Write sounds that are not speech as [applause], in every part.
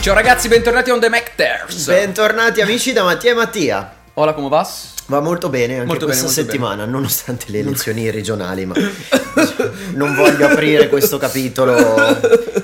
Ciao ragazzi, bentornati a On The Macters. Bentornati amici da Mattia e Mattia. Hola, come vas? Va molto bene anche Molto bene, questa molto settimana, nonostante [laughs] le elezioni regionali, ma non voglio aprire questo capitolo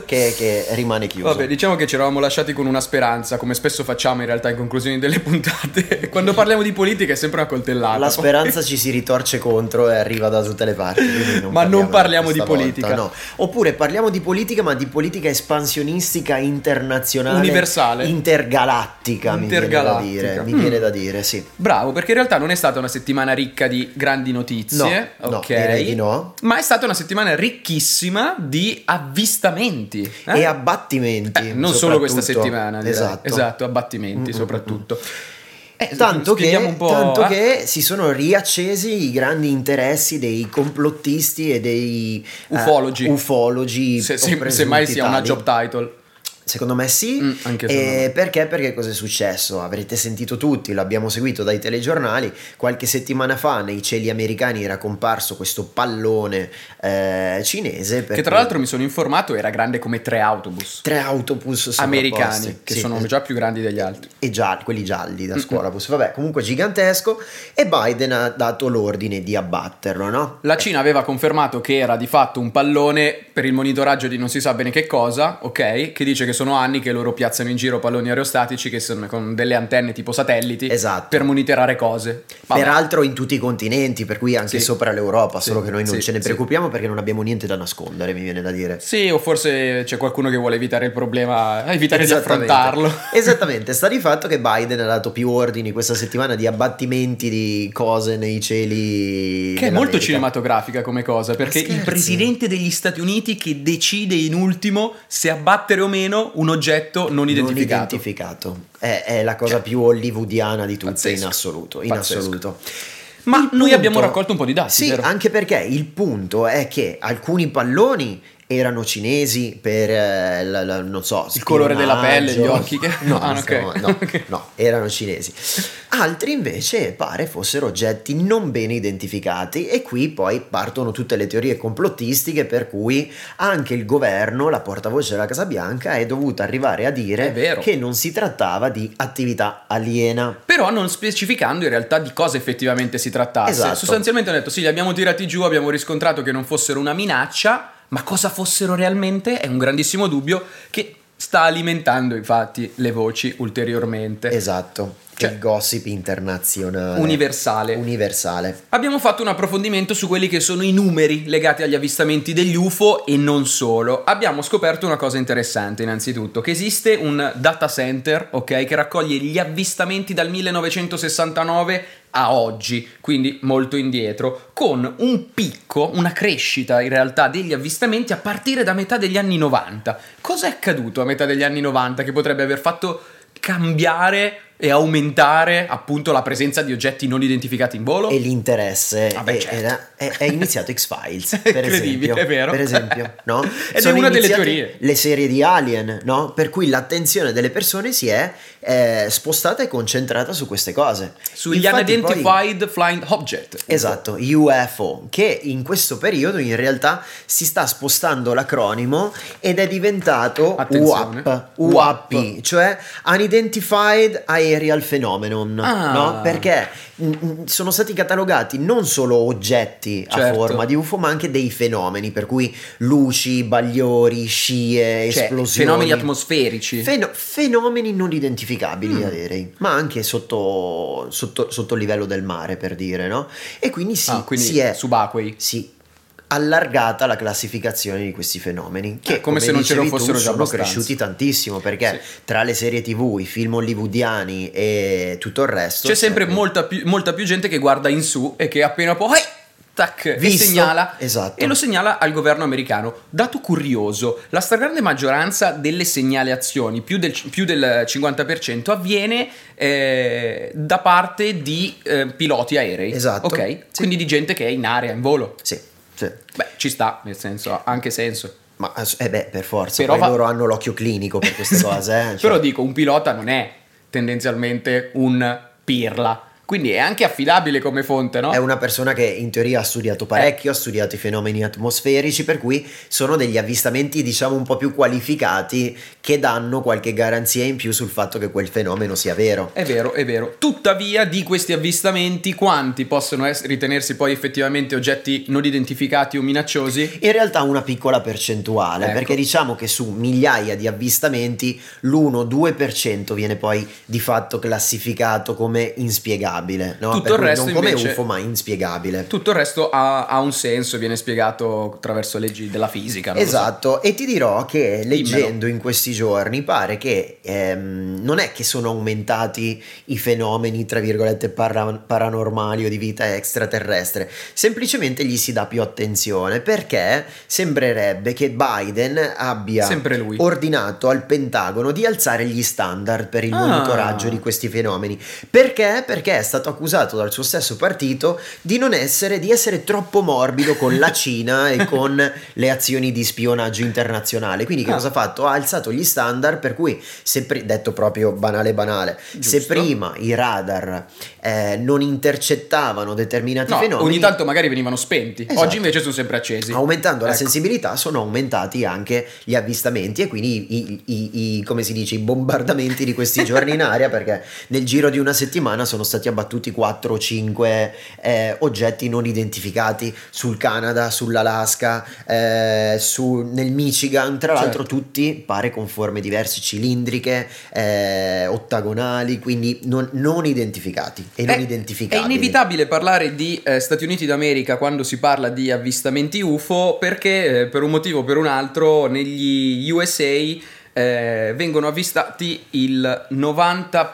che, che rimane chiuso. Vabbè, diciamo che ci eravamo lasciati con una speranza, come spesso facciamo in realtà in conclusione delle [laughs] puntate. Quando parliamo di politica è sempre una coltellata. La speranza ci si ritorce contro e arriva da tutte le parti. quindi Ma non parliamo questa di volta, politica. no. Oppure parliamo di politica, ma di politica espansionistica internazionale. Universale. Intergalattica, mi viene da Intergalattica. dire. Mi Mm. viene da dire, sì. Bravo, perché in realtà non è stata una settimana ricca di grandi notizie, No, eh? no, ok? direi di no. Ma è stata una settimana ricchissima di avvistamenti. eh? E abbattimenti. Eh, non solo questa soprattutto. settimana, direi. Esatto. Esatto, abbattimenti Mm, mm, soprattutto. Eh, Tanto, che, spieghiamo un po', tanto eh? che si sono riaccesi i grandi interessi dei complottisti e dei eh, Ufologi. ufologi se, o se, presunti semmai sia una tali. job title. Secondo me sì. Mm, anche secondo Eh, me. perché? Perché cosa è successo? Avrete sentito tutti, l'abbiamo seguito dai telegiornali. Qualche settimana fa nei cieli americani era comparso questo pallone eh, cinese. per Che tra cui l'altro mi sono informato era grande come tre autobus tre autobus sovrapposti. americani, che Sì, Eh, sono già più grandi degli altri. e gialli, quelli gialli da scuola, bus. vabbè, comunque gigantesco e Biden ha dato l'ordine di abbatterlo, no? La Cina aveva confermato che era di fatto un pallone per il monitoraggio di non si sa bene che cosa, ok? Che dice che sono anni che loro piazzano in giro palloni aerostatici che sono con delle antenne tipo satelliti Esatto. per monitorare cose. Vabbè. Peraltro in tutti i continenti, per cui anche Sì. sopra l'Europa, Sì, solo che noi non sì, ce ne sì. preoccupiamo perché non abbiamo niente da nascondere, mi viene da dire. Sì, o forse c'è qualcuno che vuole evitare il problema, evitare di Esattamente. affrontarlo. Esattamente, sta di fatto che Biden ha dato più ordini questa settimana di abbattimenti di cose nei cieli. Che è molto dell'America. cinematografica come cosa, perché il scherzi? presidente degli Stati Uniti che decide in ultimo se abbattere o meno un oggetto non Non identificato. Cioè, identificato. È, è la cosa più hollywoodiana di tutte Pazzesco. in assoluto. In Pazzesco. assoluto. Ma Il noi abbiamo raccolto un po' di dati, Sì, ah. vero? anche perché il punto è che alcuni palloni erano cinesi per eh, la- la- non so, Il colore della pelle, spionaggio. gli occhi che- [laughs] No, Ah, no, ok. no, Ok. no, erano cinesi. Altri invece pare fossero oggetti non bene identificati e qui poi partono tutte le teorie complottistiche per cui anche il governo, la portavoce della Casa Bianca è dovuta arrivare a È dire vero. che non si trattava di attività aliena. Però non specificando in realtà di cosa effettivamente si trattasse. Esatto. Sostanzialmente hanno detto sì, li abbiamo tirati giù, abbiamo riscontrato che non fossero una minaccia, ma cosa fossero realmente è un grandissimo dubbio che sta alimentando infatti le voci ulteriormente. Esatto, Cioè- il gossip internazionale Universale. universale. Abbiamo fatto un approfondimento su quelli che sono i numeri legati agli avvistamenti degli UFO e non solo. Abbiamo scoperto una cosa interessante innanzitutto, che esiste un data center, ok, che raccoglie gli avvistamenti dal 1969 a oggi, quindi molto indietro, con un picco, una crescita in realtà degli avvistamenti a partire da metà degli anni 90. Cosa è accaduto a metà degli anni 90 che potrebbe aver fatto cambiare e aumentare appunto la presenza di oggetti non identificati in volo? E l'interesse Ah, beh, è- certo. è, è [laughs] iniziato X-Files, È per esempio. incredibile, è vero. Per esempio, no? [laughs] Ed è una delle iniziate teorie. Le serie di Alien, no? Per cui l'attenzione delle persone si è eh, spostata e concentrata su queste cose. sugli Infatti poi- unidentified flying object. Esatto, UFO, che in questo periodo in realtà si sta spostando l'acronimo ed è diventato Attenzione. UAP, UAP. UAP, cioè Unidentified Aerial Phenomenon, Ah. no? Perché mm, mm, sono stati catalogati non solo oggetti a Certo. forma di UFO, ma anche dei fenomeni, per cui luci, bagliori, scie, Cioè, esplosioni. fenomeni atmosferici. Feno- fenomeni non Mm. identificabili direi, ma anche sotto, sotto, sotto il livello del mare per dire, no? E quindi sì, Ah, quindi si è subacquei. sì, allargata la classificazione di questi fenomeni, che Eh, come se non ce ne dicevi tu, fossero già sono abbastanza. cresciuti tantissimo, perché tra le serie tv, i film hollywoodiani e tutto il resto... cioè, C'è sempre molta più, molta più gente che guarda in su e che appena poi tac, vi Visto. segnala Esatto. e lo segnala al governo americano. Dato curioso, la stragrande maggioranza delle segnalazioni, più del, più del 50%, avviene eh, da parte di eh, piloti aerei. Esatto. Ok? Sì. Quindi di gente che è in area, in volo. Sì, sì. Beh, ci sta, nel senso, ha anche senso. Ma eh beh, per forza, Però poi va- loro hanno l'occhio [laughs] clinico per queste cose, eh, cioè- Però dico, un pilota non è tendenzialmente un pirla. Quindi è anche affidabile come fonte, no? È una persona che in teoria ha Eh. studiato parecchio, ha studiato i fenomeni atmosferici, per cui sono degli avvistamenti diciamo un po' più qualificati che danno qualche garanzia in più sul fatto che quel fenomeno sia vero. È vero, è vero. Tuttavia, di questi avvistamenti, quanti possono es- ritenersi poi effettivamente oggetti non identificati o minacciosi? In realtà una piccola percentuale, Ecco. perché diciamo che su migliaia di avvistamenti l'1-2% viene poi di fatto classificato come inspiegabile, no? Tutto Per il cui resto non come invece- UFO ma inspiegabile. Tutto il resto ha, ha un senso, viene spiegato attraverso leggi della fisica. non lo so. Esatto, e ti dirò che leggendo Dimmelo. in questi giorni pare che ehm, non è che sono aumentati i fenomeni, tra virgolette, para- paranormali o di vita extraterrestre, semplicemente gli si dà più attenzione perché sembrerebbe che Biden abbia Sempre lui. ordinato al Pentagono di alzare gli standard per il Ah. monitoraggio di questi fenomeni. Perché? Perché è stato accusato dal suo stesso partito di non essere, di essere troppo morbido con la [laughs] Cina e con le azioni di spionaggio internazionale. Quindi che Ah. cosa ha fatto? Ha alzato gli standard per cui, se pri- detto proprio banale banale, se Giusto. prima i radar eh, non intercettavano determinati No, fenomeni... ogni tanto magari venivano spenti, Esatto. oggi invece sono sempre accesi. Aumentando la Ecco. sensibilità sono aumentati anche gli avvistamenti e quindi i, i- i- come si dice, i bombardamenti [laughs] di questi giorni in aria perché nel giro di una settimana sono stati abbattuti 4 o 5 oggetti non identificati sul Canada, sull'Alaska, eh, su- nel Michigan, Certo. tra l'altro tutti pare con forme diverse, cilindriche, eh, ottagonali, quindi non, non identificati e non Eh, È- È identificabili. inevitabile parlare di eh, Stati Uniti d'America quando si parla di avvistamenti UFO perché eh, per un motivo o per un altro negli USA eh, vengono avvistati il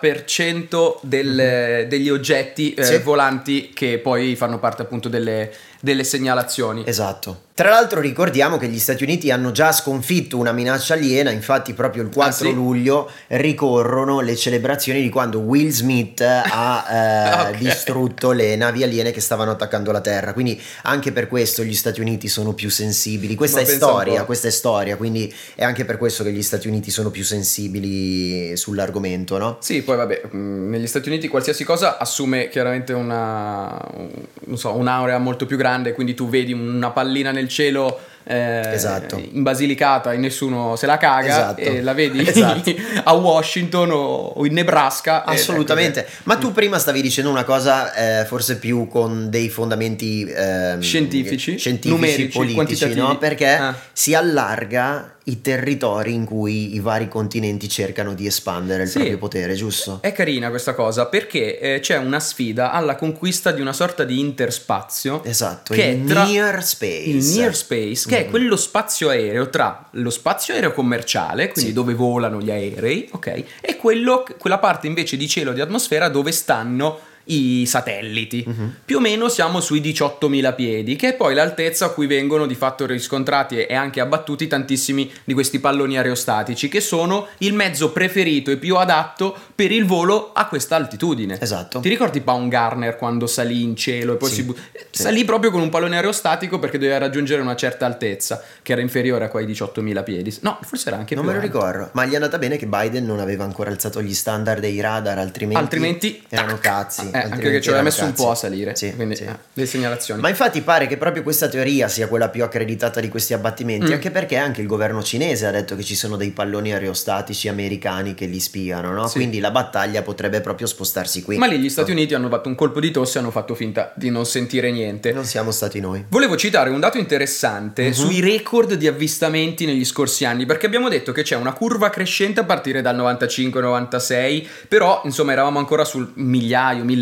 90% del- degli oggetti eh, Sì. volanti che poi fanno parte appunto delle, delle segnalazioni. Esatto. Tra l'altro ricordiamo che gli Stati Uniti hanno già sconfitto una minaccia aliena, infatti proprio il 4 Ah, sì? luglio ricorrono le celebrazioni di quando Will Smith [laughs] ha eh, Ok. distrutto le navi aliene che stavano attaccando la Terra, quindi anche per questo gli Stati Uniti sono più sensibili. Questa Ma è pensa un storia, po'. questa è storia, quindi è anche per questo che gli Stati Uniti sono più sensibili sull'argomento, no? Sì, poi vabbè, mh, negli Stati Uniti qualsiasi cosa assume chiaramente una, un- non so, un'aurea molto più grande, quindi tu vedi una pallina nel cielo eh, Esatto. in Basilicata e nessuno se la caga Esatto. e la vedi [laughs] Esatto. [laughs] a Washington o, o in Nebraska. ed Assolutamente, ecco che- ma tu prima stavi dicendo una cosa eh, forse più con dei fondamenti ehm, Scientifici, scientifici, numerici, politici, quantitativi. no? perché Ah. si allarga i territori in cui i vari continenti cercano di espandere il Sì. proprio potere, giusto? È carina questa cosa perché eh, c'è una sfida alla conquista di una sorta di interspazio Esatto, Eh, Che il è tra- near space. Il near space, che è Mm. quello spazio aereo tra lo spazio aereo commerciale, quindi Sì. dove volano gli aerei, ok, e quello- quella parte invece di cielo e di atmosfera dove stanno i satelliti. Mhm. Più o meno siamo sui 18.000 piedi, che è poi l'altezza a cui vengono di fatto riscontrati e- e anche abbattuti tantissimi di questi palloni aerostatici, che sono il mezzo preferito e più adatto per il volo a questa altitudine. Esatto. Ti ricordi Baumgartner quando salì in cielo e poi Sì. si bu- Sì. salì proprio con un pallone aerostatico perché doveva raggiungere una certa altezza, che era inferiore a quei 18.000 piedi. No, forse era anche Non più me lo alto. ricordo, ma gli è andata bene che Biden non aveva ancora alzato gli standard dei radar, altrimenti, Altrimenti erano tac. cazzi. Eh, altrimenti anche che ci aveva erano messo un cazzi. po' a salire. Sì, quindi, sì. eh, le segnalazioni. Ma infatti pare che proprio questa teoria sia quella più accreditata di questi abbattimenti, Mm. anche perché anche il governo cinese ha detto che ci sono dei palloni aerostatici americani che li spiano, no? Sì. Quindi la battaglia potrebbe proprio spostarsi qui. Ma lì gli Stati Uniti hanno fatto un colpo di tosse e hanno fatto finta di non sentire niente. Non siamo stati noi. Volevo citare un dato interessante Mhm. sui record di avvistamenti negli scorsi anni, perché abbiamo detto che c'è una curva crescente a partire dal 95-96, però insomma eravamo ancora sul migliaio, 1500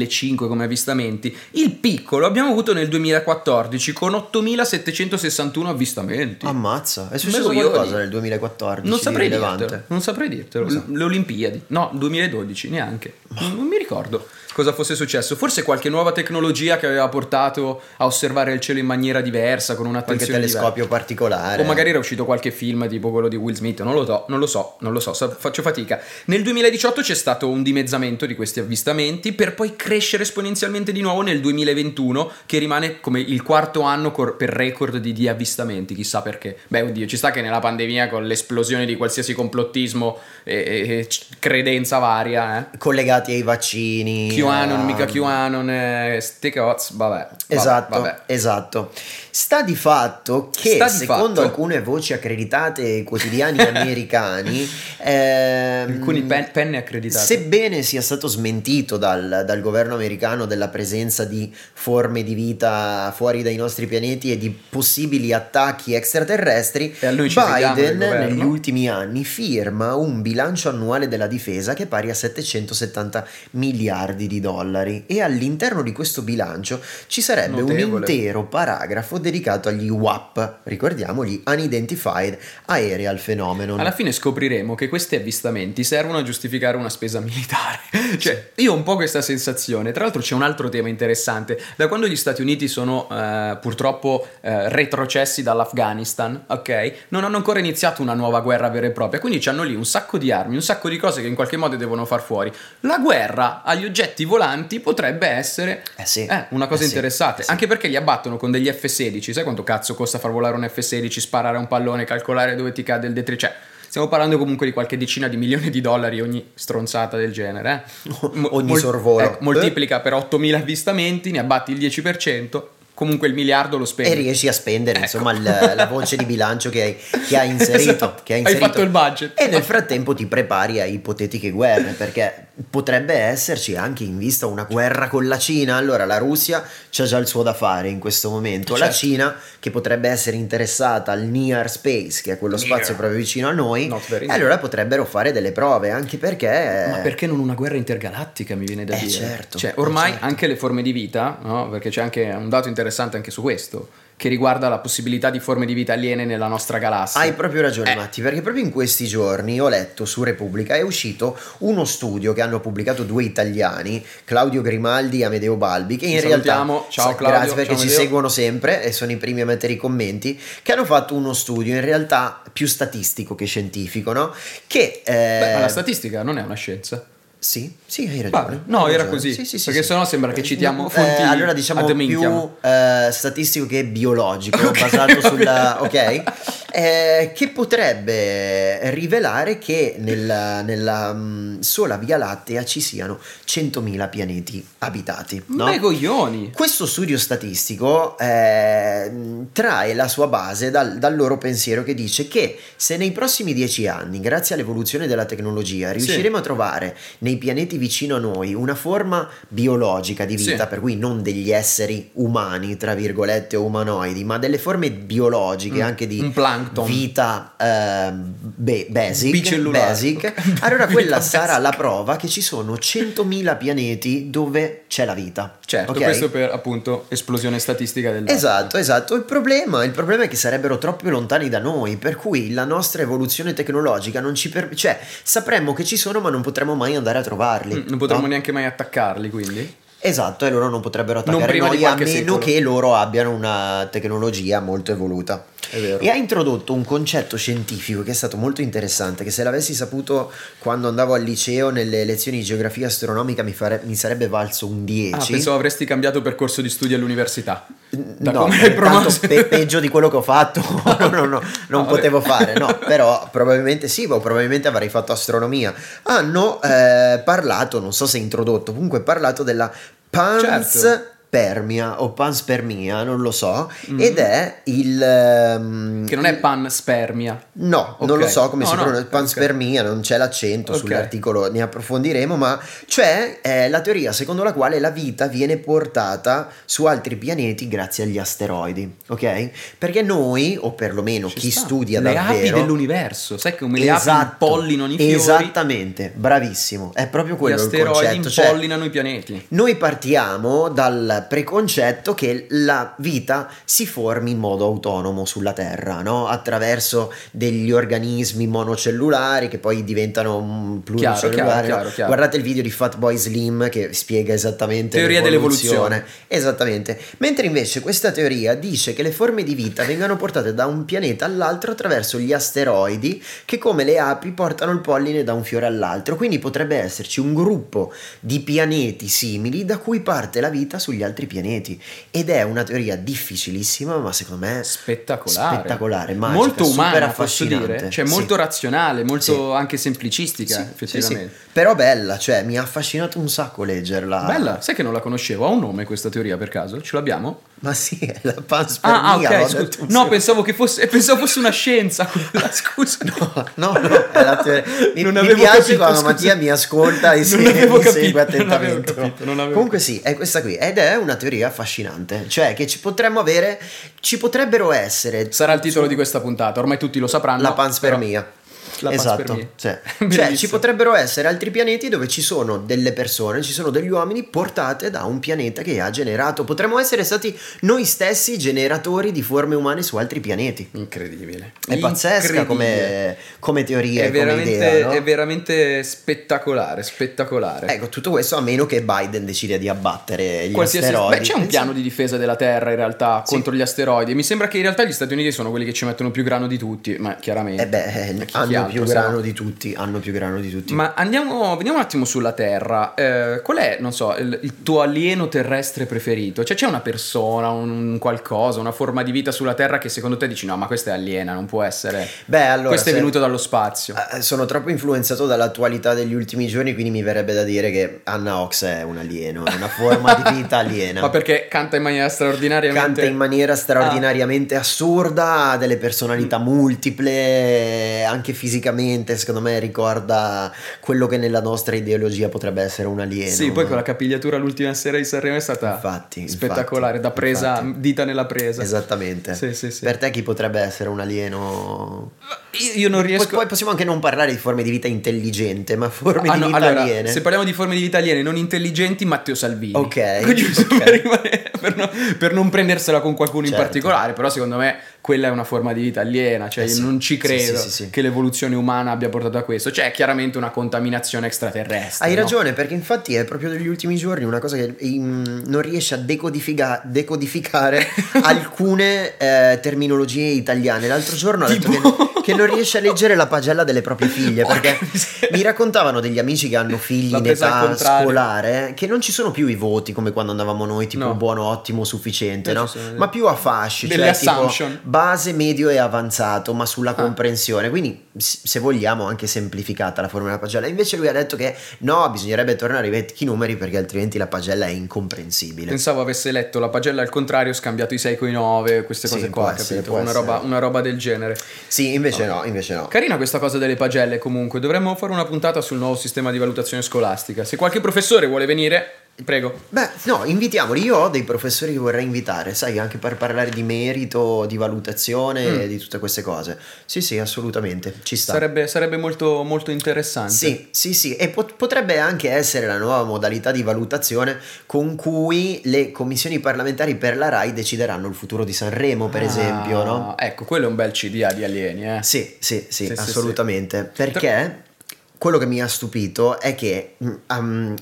come avvistamenti. Il piccolo abbiamo avuto nel 2014 con 8761 avvistamenti. Ah, Ammazza, è successo Merioni. qualcosa nel 2014 non di saprei rilevante? dirtelo, non saprei dirtelo. Non so. L- Le Olimpiadi, no, 2012 neanche. Non non mi ricordo cosa fosse successo. Forse qualche nuova tecnologia che aveva portato a osservare il cielo in maniera diversa, con Qualche un'attenzione telescopio diversa. particolare. O magari era uscito qualche film tipo quello di Will Smith, non lo so, non lo so, non lo so, sa- faccio fatica. Nel 2018 c'è stato un dimezzamento di questi avvistamenti per poi crescere esponenzialmente di nuovo nel 2021 che rimane come il quarto anno cor- per record di, di avvistamenti, chissà perché. Beh, oddio, ci sta che nella pandemia con l'esplosione di qualsiasi complottismo e, e- e c- credenza varia, eh. collegati ai vaccini, Chi o QAnon, mica QAnon, eh, ste cozze, vabbè, vabbè, Esatto, vabbè. esatto. Sta di fatto che Sta di secondo fatto. alcune voci accreditate ai [laughs] quotidiani americani, ehm, Alcuni pen- penne accreditate. Sebbene sia stato smentito dal, dal governo americano della presenza di forme di vita fuori dai nostri pianeti e di possibili attacchi extraterrestri, E a lui ci fidiamo del Biden governo. negli ultimi anni firma un bilancio annuale della difesa che è pari a 770 miliardi di dollari e all'interno di questo bilancio ci sarebbe un Notevole. intero paragrafo dedicato agli UAP, ricordiamo gli Unidentified Aerial Phenomenon. Alla fine scopriremo che questi avvistamenti servono a giustificare una spesa militare. [laughs] cioè, io ho un po' questa sensazione. Tra l'altro c'è un altro tema interessante. Da quando gli Stati Uniti sono eh, purtroppo eh, retrocessi dall'Afghanistan, ok? Non hanno ancora iniziato una nuova guerra vera e propria, quindi hanno lì un sacco di armi, un sacco di cose che in qualche modo devono far fuori. La guerra agli oggetti volanti potrebbe essere Eh sì. eh, una cosa Eh sì, interessante, eh sì. anche perché li abbattono con degli F-16, sai quanto cazzo costa far volare un F-16, sparare a un pallone, calcolare dove ti cade il detrito, cioè stiamo parlando comunque di qualche decina di milioni di dollari ogni stronzata del genere, [laughs] eh? Mo- Ogni sorvolo. Eh? ecco, moltiplica per 8.000 avvistamenti, ne abbatti il 10%, comunque il miliardo lo spendi. e riesci a spendere Ecco. insomma il- la voce di bilancio che hai, che [laughs] hai inserito, Esatto. che hai Hai inserito. fatto il budget. e nel frattempo ti prepari a ipotetiche guerre perché potrebbe esserci anche in vista una guerra con la Cina allora la Russia c'ha già il suo da fare in questo momento la Certo. Cina che potrebbe essere interessata al near space che è quello Near. spazio proprio vicino a noi Not very e near. allora potrebbero fare delle prove anche perché Ma perché non una guerra intergalattica, mi viene da Eh, dire? certo, Cioè, ormai eh, certo. anche le forme di vita, no? perché c'è anche un dato interessante anche su questo, che riguarda la possibilità di forme di vita aliene nella nostra galassia. Hai proprio ragione, Eh. Matti, perché proprio in questi giorni ho letto su Repubblica è uscito uno studio che hanno pubblicato due italiani, Claudio Grimaldi e Amedeo Balbi, che in Ti realtà salutiamo. Ciao, sa- Claudio. grazie perché Ciao, ci Amedeo. seguono sempre e sono i primi a mettere i commenti, che hanno fatto uno studio in realtà più statistico che scientifico, no? Che eh, Beh, ma la statistica non è una scienza. sì, sì, hai ragione. Vabbè, no, hai era ragione. così, Sì, sì, sì, perché sì. sennò sembra che citiamo Eh, fonti allora diciamo ad minchiam. più eh, statistico che biologico, Ok, basato ok. sulla... ok? Eh, che potrebbe rivelare che nella, nella, mm, sola Via Lattea ci siano 100.000 pianeti abitati. No? Ma i coglioni! Questo studio statistico eh, trae la sua base dal, dal loro pensiero che dice che se nei prossimi dieci anni, grazie all'evoluzione della tecnologia, riusciremo a trovare nei pianeti vicino a noi una forma biologica di vita, Sì. per cui non degli esseri umani, tra virgolette, o umanoidi, ma delle forme biologiche Mm, anche di un plankton. vita eh, be- basic, Bicellulare. basic, [laughs] allora Vita quella sarà basic. la prova che ci sono 100.000 pianeti dove c'è la vita. Certo, ok? questo per appunto esplosione statistica del dato. Esatto, esatto. Il problema, il problema è che sarebbero troppo lontani da noi, per cui la nostra evoluzione tecnologica non ci permette. Cioè, sapremmo che ci sono, ma non potremmo mai andare a trovarli. Mm, Non potremmo Esatto. no? neanche mai attaccarli, quindi. Esatto, e loro non potrebbero Non attaccare prima di noi a meno qualche secolo. che loro abbiano una tecnologia molto evoluta. È vero. E ha introdotto un concetto scientifico che è stato molto interessante, che se l'avessi saputo quando andavo al liceo nelle lezioni di geografia astronomica mi, fare- mi sarebbe valso un 10. Ah, pensavo avresti cambiato percorso di studi all'università. Da no, come perché hai promosso- tanto pe- peggio di quello che [laughs] ho fatto no, no, no, non vabbè. potevo fare no, però probabilmente sì o probabilmente avrei fatto astronomia hanno eh, parlato, non so se introdotto comunque parlato della Certo. panspermia o panspermia, non lo so, ed è il... ehm, Mm-hmm. Che non è panspermia. No, Ok. non lo so come No, si no, pronuncia, ok. panspermia, non c'è l'accento Ok. sull'articolo, ne approfondiremo, ma c'è eh, la teoria secondo la quale la vita viene portata su altri pianeti grazie agli asteroidi, ok? Perché noi, o perlomeno Ci chi sta. studia le api davvero... Esatto. dell'universo, sai come le api impollinano i fiori, Esattamente, bravissimo, è proprio gli quello il asteroidi concetto, cioè, impollinano i pianeti. noi partiamo dal preconcetto che la vita si formi in modo autonomo sulla Terra, no? attraverso degli organismi monocellulari che poi diventano Chiaro, mm, pluricellulari. chiaro, no? chiaro, chiaro. Guardate il video di Fatboy Slim che spiega esattamente Teoria l'evoluzione. Esattamente. Mentre invece questa teoria dice che le forme di vita vengano portate da un pianeta all'altro attraverso gli asteroidi che come le api portano il polline da un fiore all'altro. Quindi potrebbe esserci un gruppo di pianeti simili da cui parte la vita sugli altri pianeti. Ed è una teoria difficilissima, ma secondo me Spettacolare. spettacolare, magica, molto super umana, posso dire. affascinante. Cioè, Sì. molto razionale, molto Sì. anche semplicistica, Sì, sì, effettivamente. sì. Però bella, cioè mi ha affascinato un sacco leggerla. Bella, sai che non la conoscevo? Ha un nome questa teoria per caso? Ce l'abbiamo? Ma sì, è la panspermia. Ah, ah, ok. Eh, l'ho scusa. detto un No, secondo. pensavo che fosse, eh, pensavo fosse una scienza quella, [laughs] scusa. No, no, è la teoria. Mi, Non mi avevo piace capito, quando scusa. Mattia mi ascolta e se- Non avevo mi capito, segue non avevo attentamente. capito, non avevo Comunque sì, è questa qui ed è una teoria affascinante, cioè che ci potremmo avere, ci potrebbero essere Sarà il titolo di questa puntata, ormai tutti lo sapranno. la panspermia. La esatto, panspermia. [laughs] sì. cioè Bellissimo. ci potrebbero essere altri pianeti dove ci sono delle persone, ci sono degli uomini portate da un pianeta che ha generato. Potremmo essere stati noi stessi generatori di forme umane su altri pianeti. però- Incredibile. È pazzesca Incredibile. come, come teoria, È e come veramente, idea. no? è veramente spettacolare, spettacolare. Ecco, tutto questo a meno che Biden decida di abbattere gli Qualsiasi... asteroidi. Beh, c'è un piano di difesa della Terra in realtà Sì. contro gli asteroidi. Mi sembra che in realtà gli Stati Uniti sono quelli che ci mettono più grano di tutti, ma chiaramente. Eh beh, Ma chi- chi hanno altro più se no? grano di tutti, hanno più grano di tutti. Ma andiamo, veniamo un attimo sulla Terra. Eh, qual è, non so, il, il tuo alieno terrestre preferito? Cioè, c'è una persona, un, un qualcosa, una forma di vita sulla Terra che secondo te dici no, ma questa è aliena, non può essere. Beh, allora, Questo è se- venuto dallo spazio. Eh, Sono troppo influenzato dall'attualità degli ultimi giorni, quindi mi verrebbe da dire che Anna Ox è un alieno, è una forma di vita [laughs] aliena. Ma perché canta in maniera straordinariamente. Canta in Ah. maniera straordinariamente assurda, ha delle Mm. personalità multiple, anche fisicamente, secondo me ricorda quello che nella nostra ideologia potrebbe essere un alieno. Sì, poi con la capigliatura l'ultima sera di Sanremo è stata Infatti, infatti, spettacolare, da presa, infatti. dita nella presa. Esattamente. Sì, sì, sì. Per te chi potrebbe essere un alieno? Io- Io non riesco Poi, poi possiamo anche non parlare di forme di vita intelligente, ma forme Ah, di no, vita allora, aliene. se parliamo di forme di vita aliene non intelligenti, Matteo Salvini. [laughs] Ok, Giusto ok. Per, rimanere- per non, per non prendersela con qualcuno in Certo. particolare, però secondo me quella è una forma di vita aliena, cioè Eh io sì, non ci sì, credo sì, sì, sì. che l'evoluzione umana abbia portato a questo, cioè è chiaramente una contaminazione extraterrestre. Hai no? ragione, perché infatti è proprio degli ultimi giorni una cosa che in- non riesce a decodifica- [laughs] decodificare alcune eh, terminologie italiane. L'altro giorno ho detto Tipo? che, che non riesce a leggere la pagella delle proprie figlie, Porca perché miseria. mi raccontavano degli amici che hanno figli L'ha in presa al età contrario. scolare che non ci sono più i voti come quando andavamo noi, tipo No. buono, ottimo, sufficiente, Non no? ci sono delle- ma più a fasci, delle cioè tipo assumption. base, medio e avanzato, ma sulla comprensione. Quindi, s- se vogliamo, anche semplificata la forma della pagella. Invece lui ha detto che no, bisognerebbe tornare ai vecchi numeri perché altrimenti la pagella è incomprensibile. Pensavo avesse letto la pagella al contrario, scambiato i 6 coi 9, queste Sì, cose può qua, essere, capito? può Una essere. roba, una roba del genere. Sì, invece no, invece no. Carina questa cosa delle pagelle comunque, dovremmo fare una puntata sul nuovo sistema di valutazione scolastica. Se qualche professore vuole venire, prego. Beh, no, invitiamoli. Io ho dei professori che vorrei invitare, sai, anche per parlare di merito, di valutazione e di tutte queste cose. Sì, sì, assolutamente, ci sta. Sarebbe, sarebbe molto, molto interessante. Sì, sì, sì, e pot- potrebbe anche essere la nuova modalità di valutazione con cui le commissioni parlamentari per la RAI decideranno il futuro di Sanremo, per Ah, esempio, no? Ecco, quello è un bel CDA di alieni, eh. Sì, sì, Sì, sì, sì, assolutamente. Perché quello che mi ha stupito è che mm, um,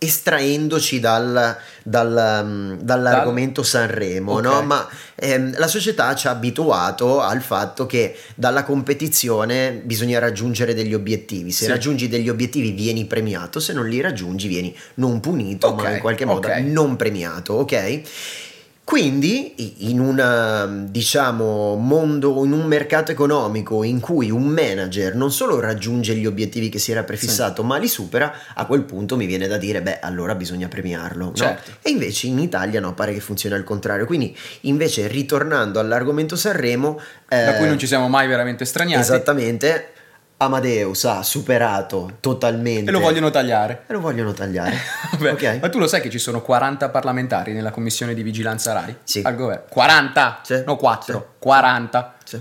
estraendoci dal, dal, um, dall'argomento Sanremo, Ok. no? ma ehm, la società ci ha abituato al fatto che dalla competizione bisogna raggiungere degli obiettivi. Se Sì. raggiungi degli obiettivi vieni premiato, se non li raggiungi vieni non punito, Ok, ma in qualche modo ok. non premiato, ok? Quindi i- in un diciamo mondo, in un mercato economico in cui un manager non solo raggiunge gli obiettivi che si era prefissato, ma li supera, a quel punto mi viene da dire, beh, allora bisogna premiarlo. no? Certo. E invece in Italia no, pare che funzioni al contrario. Quindi invece ritornando all'argomento Sanremo... Da eh, cui non ci siamo mai veramente straniati. Esattamente, Amadeus ha superato totalmente... E lo vogliono tagliare. [laughs] E lo vogliono tagliare. Vabbè, ok. Ma tu lo sai che ci sono 40 parlamentari nella commissione di vigilanza RAI? Sì. Al governo. 40! Sì. No 4, Sì. Mhm. 40. Sì.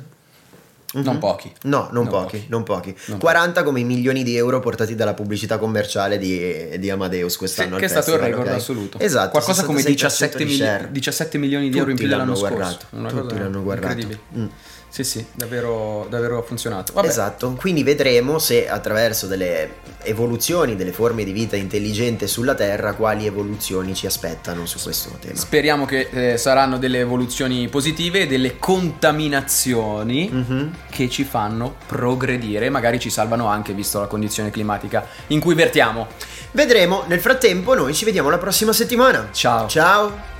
Non pochi. No, non, Non pochi, pochi. non pochi. Non 40 come i milioni di euro portati dalla pubblicità commerciale di, di Amadeus quest'anno. Sì, al che è stato il festival, record ok? assoluto. Esatto. Qualcosa come 66% 17, di mili- share. 17 milioni di euro in Tutti più dell'anno l'hanno scorso. guardato, Una tutti cosa l'hanno guardato. incredibile. Mm. Sì, sì, davvero, davvero ha funzionato. Vabbè, Esatto, quindi vedremo se attraverso delle evoluzioni, delle forme di vita intelligente sulla Terra, quali evoluzioni ci aspettano su questo tema. Speriamo che eh, saranno delle evoluzioni positive e delle contaminazioni Mhm. che ci fanno progredire, magari ci salvano anche visto la condizione climatica in cui vertiamo. Vedremo, nel frattempo noi ci vediamo la prossima settimana. Ciao. Ciao.